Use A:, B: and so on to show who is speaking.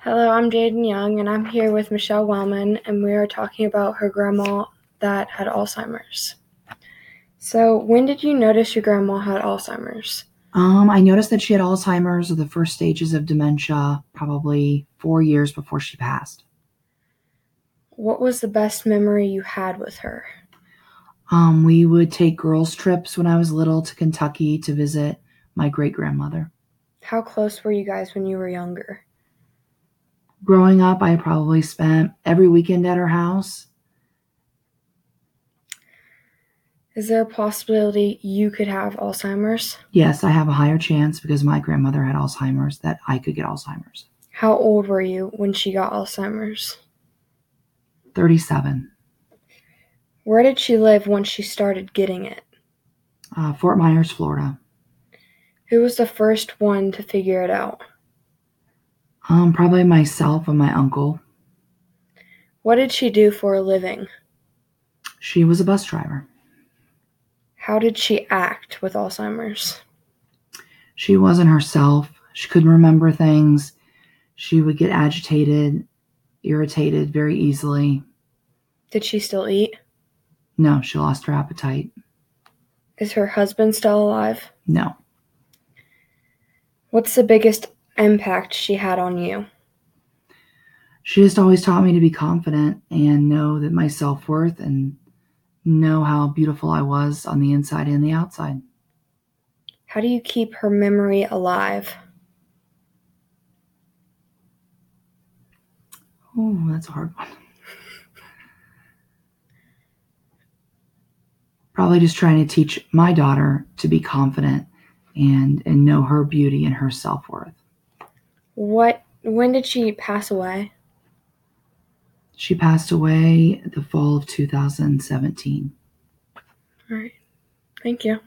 A: Hello, I'm Jaden Young, and I'm here with Michelle Wellman, and we are talking about her grandma that had Alzheimer's. So, when did you notice your grandma had Alzheimer's?
B: Um, I noticed that she had Alzheimer's or the first stages of dementia, probably four years before she passed.
A: What was the best memory you had with her?
B: Um, we would take girls' trips when I was little to Kentucky to visit my great grandmother.
A: How close were you guys when you were younger?
B: Growing up, I probably spent every weekend at her house.
A: Is there a possibility you could have Alzheimer's?
B: Yes, I have a higher chance because my grandmother had Alzheimer's that I could get Alzheimer's.
A: How old were you when she got Alzheimer's?
B: 37.
A: Where did she live once she started getting it?
B: Uh, Fort Myers, Florida.
A: Who was the first one to figure it out?
B: Um, probably myself and my uncle.
A: What did she do for a living?
B: She was a bus driver.
A: How did she act with Alzheimer's?
B: She wasn't herself. She couldn't remember things. She would get agitated, irritated very easily.
A: Did she still eat?
B: No, she lost her appetite.
A: Is her husband still alive?
B: No.
A: What's the biggest impact she had on you?
B: She just always taught me to be confident and know that my self worth and know how beautiful I was on the inside and the outside.
A: How do you keep her memory alive?
B: Oh, that's a hard one. Probably just trying to teach my daughter to be confident and and know her beauty and her self-worth.
A: What when did she pass away?
B: She passed away the fall of 2017.
A: All right. Thank you.